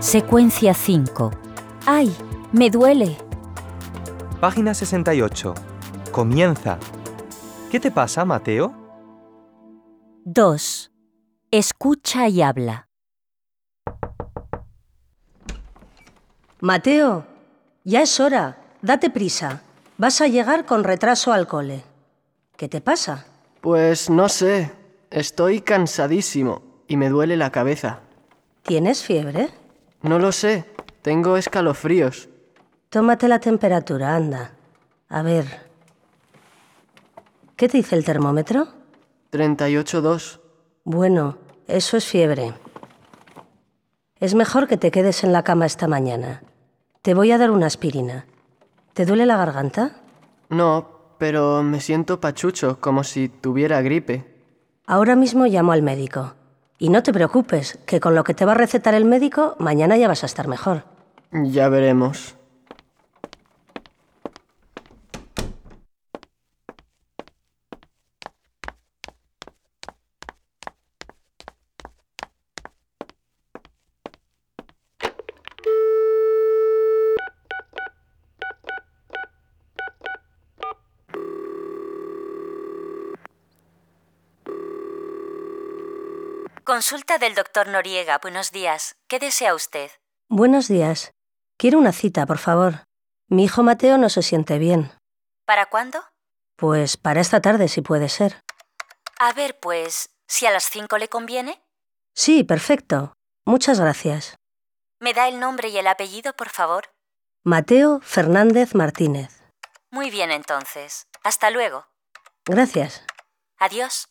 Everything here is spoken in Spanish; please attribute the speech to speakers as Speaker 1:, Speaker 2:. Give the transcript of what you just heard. Speaker 1: Secuencia 5. ¡Ay! Me duele.
Speaker 2: Página 68. Comienza. ¿Qué te pasa, Mateo?
Speaker 1: 2. Escucha y habla.
Speaker 3: Mateo, ya es hora. Date prisa. Vas a llegar con retraso al cole. ¿Qué te pasa?
Speaker 4: Pues no sé, estoy cansadísimo y me duele la cabeza.
Speaker 3: ¿Tienes fiebre?
Speaker 4: No lo sé, tengo escalofríos.
Speaker 3: Tómate la temperatura, anda. A ver. ¿Qué te dice el termómetro?
Speaker 4: 38.2.
Speaker 3: Bueno, eso es fiebre. Es mejor que te quedes en la cama esta mañana. Te voy a dar una aspirina. ¿Te duele la garganta?
Speaker 4: No, pero me siento pachucho, como si tuviera gripe.
Speaker 3: Ahora mismo llamo al médico. Y no te preocupes, que con lo que te va a recetar el médico, mañana ya vas a estar mejor.
Speaker 4: Ya veremos.
Speaker 1: Consulta del doctor Noriega. Buenos días. ¿Qué desea usted?
Speaker 3: Buenos días. Quiero una cita, por favor. Mi hijo Mateo no se siente bien.
Speaker 1: ¿Para cuándo?
Speaker 3: Pues para esta tarde, si puede ser.
Speaker 1: A ver, pues, si a las 5 le conviene.
Speaker 3: Sí, perfecto. Muchas gracias.
Speaker 1: ¿Me da el nombre y el apellido, por favor?
Speaker 3: Mateo Fernández Martínez.
Speaker 1: Muy bien, entonces. Hasta luego.
Speaker 3: Gracias.
Speaker 1: Adiós.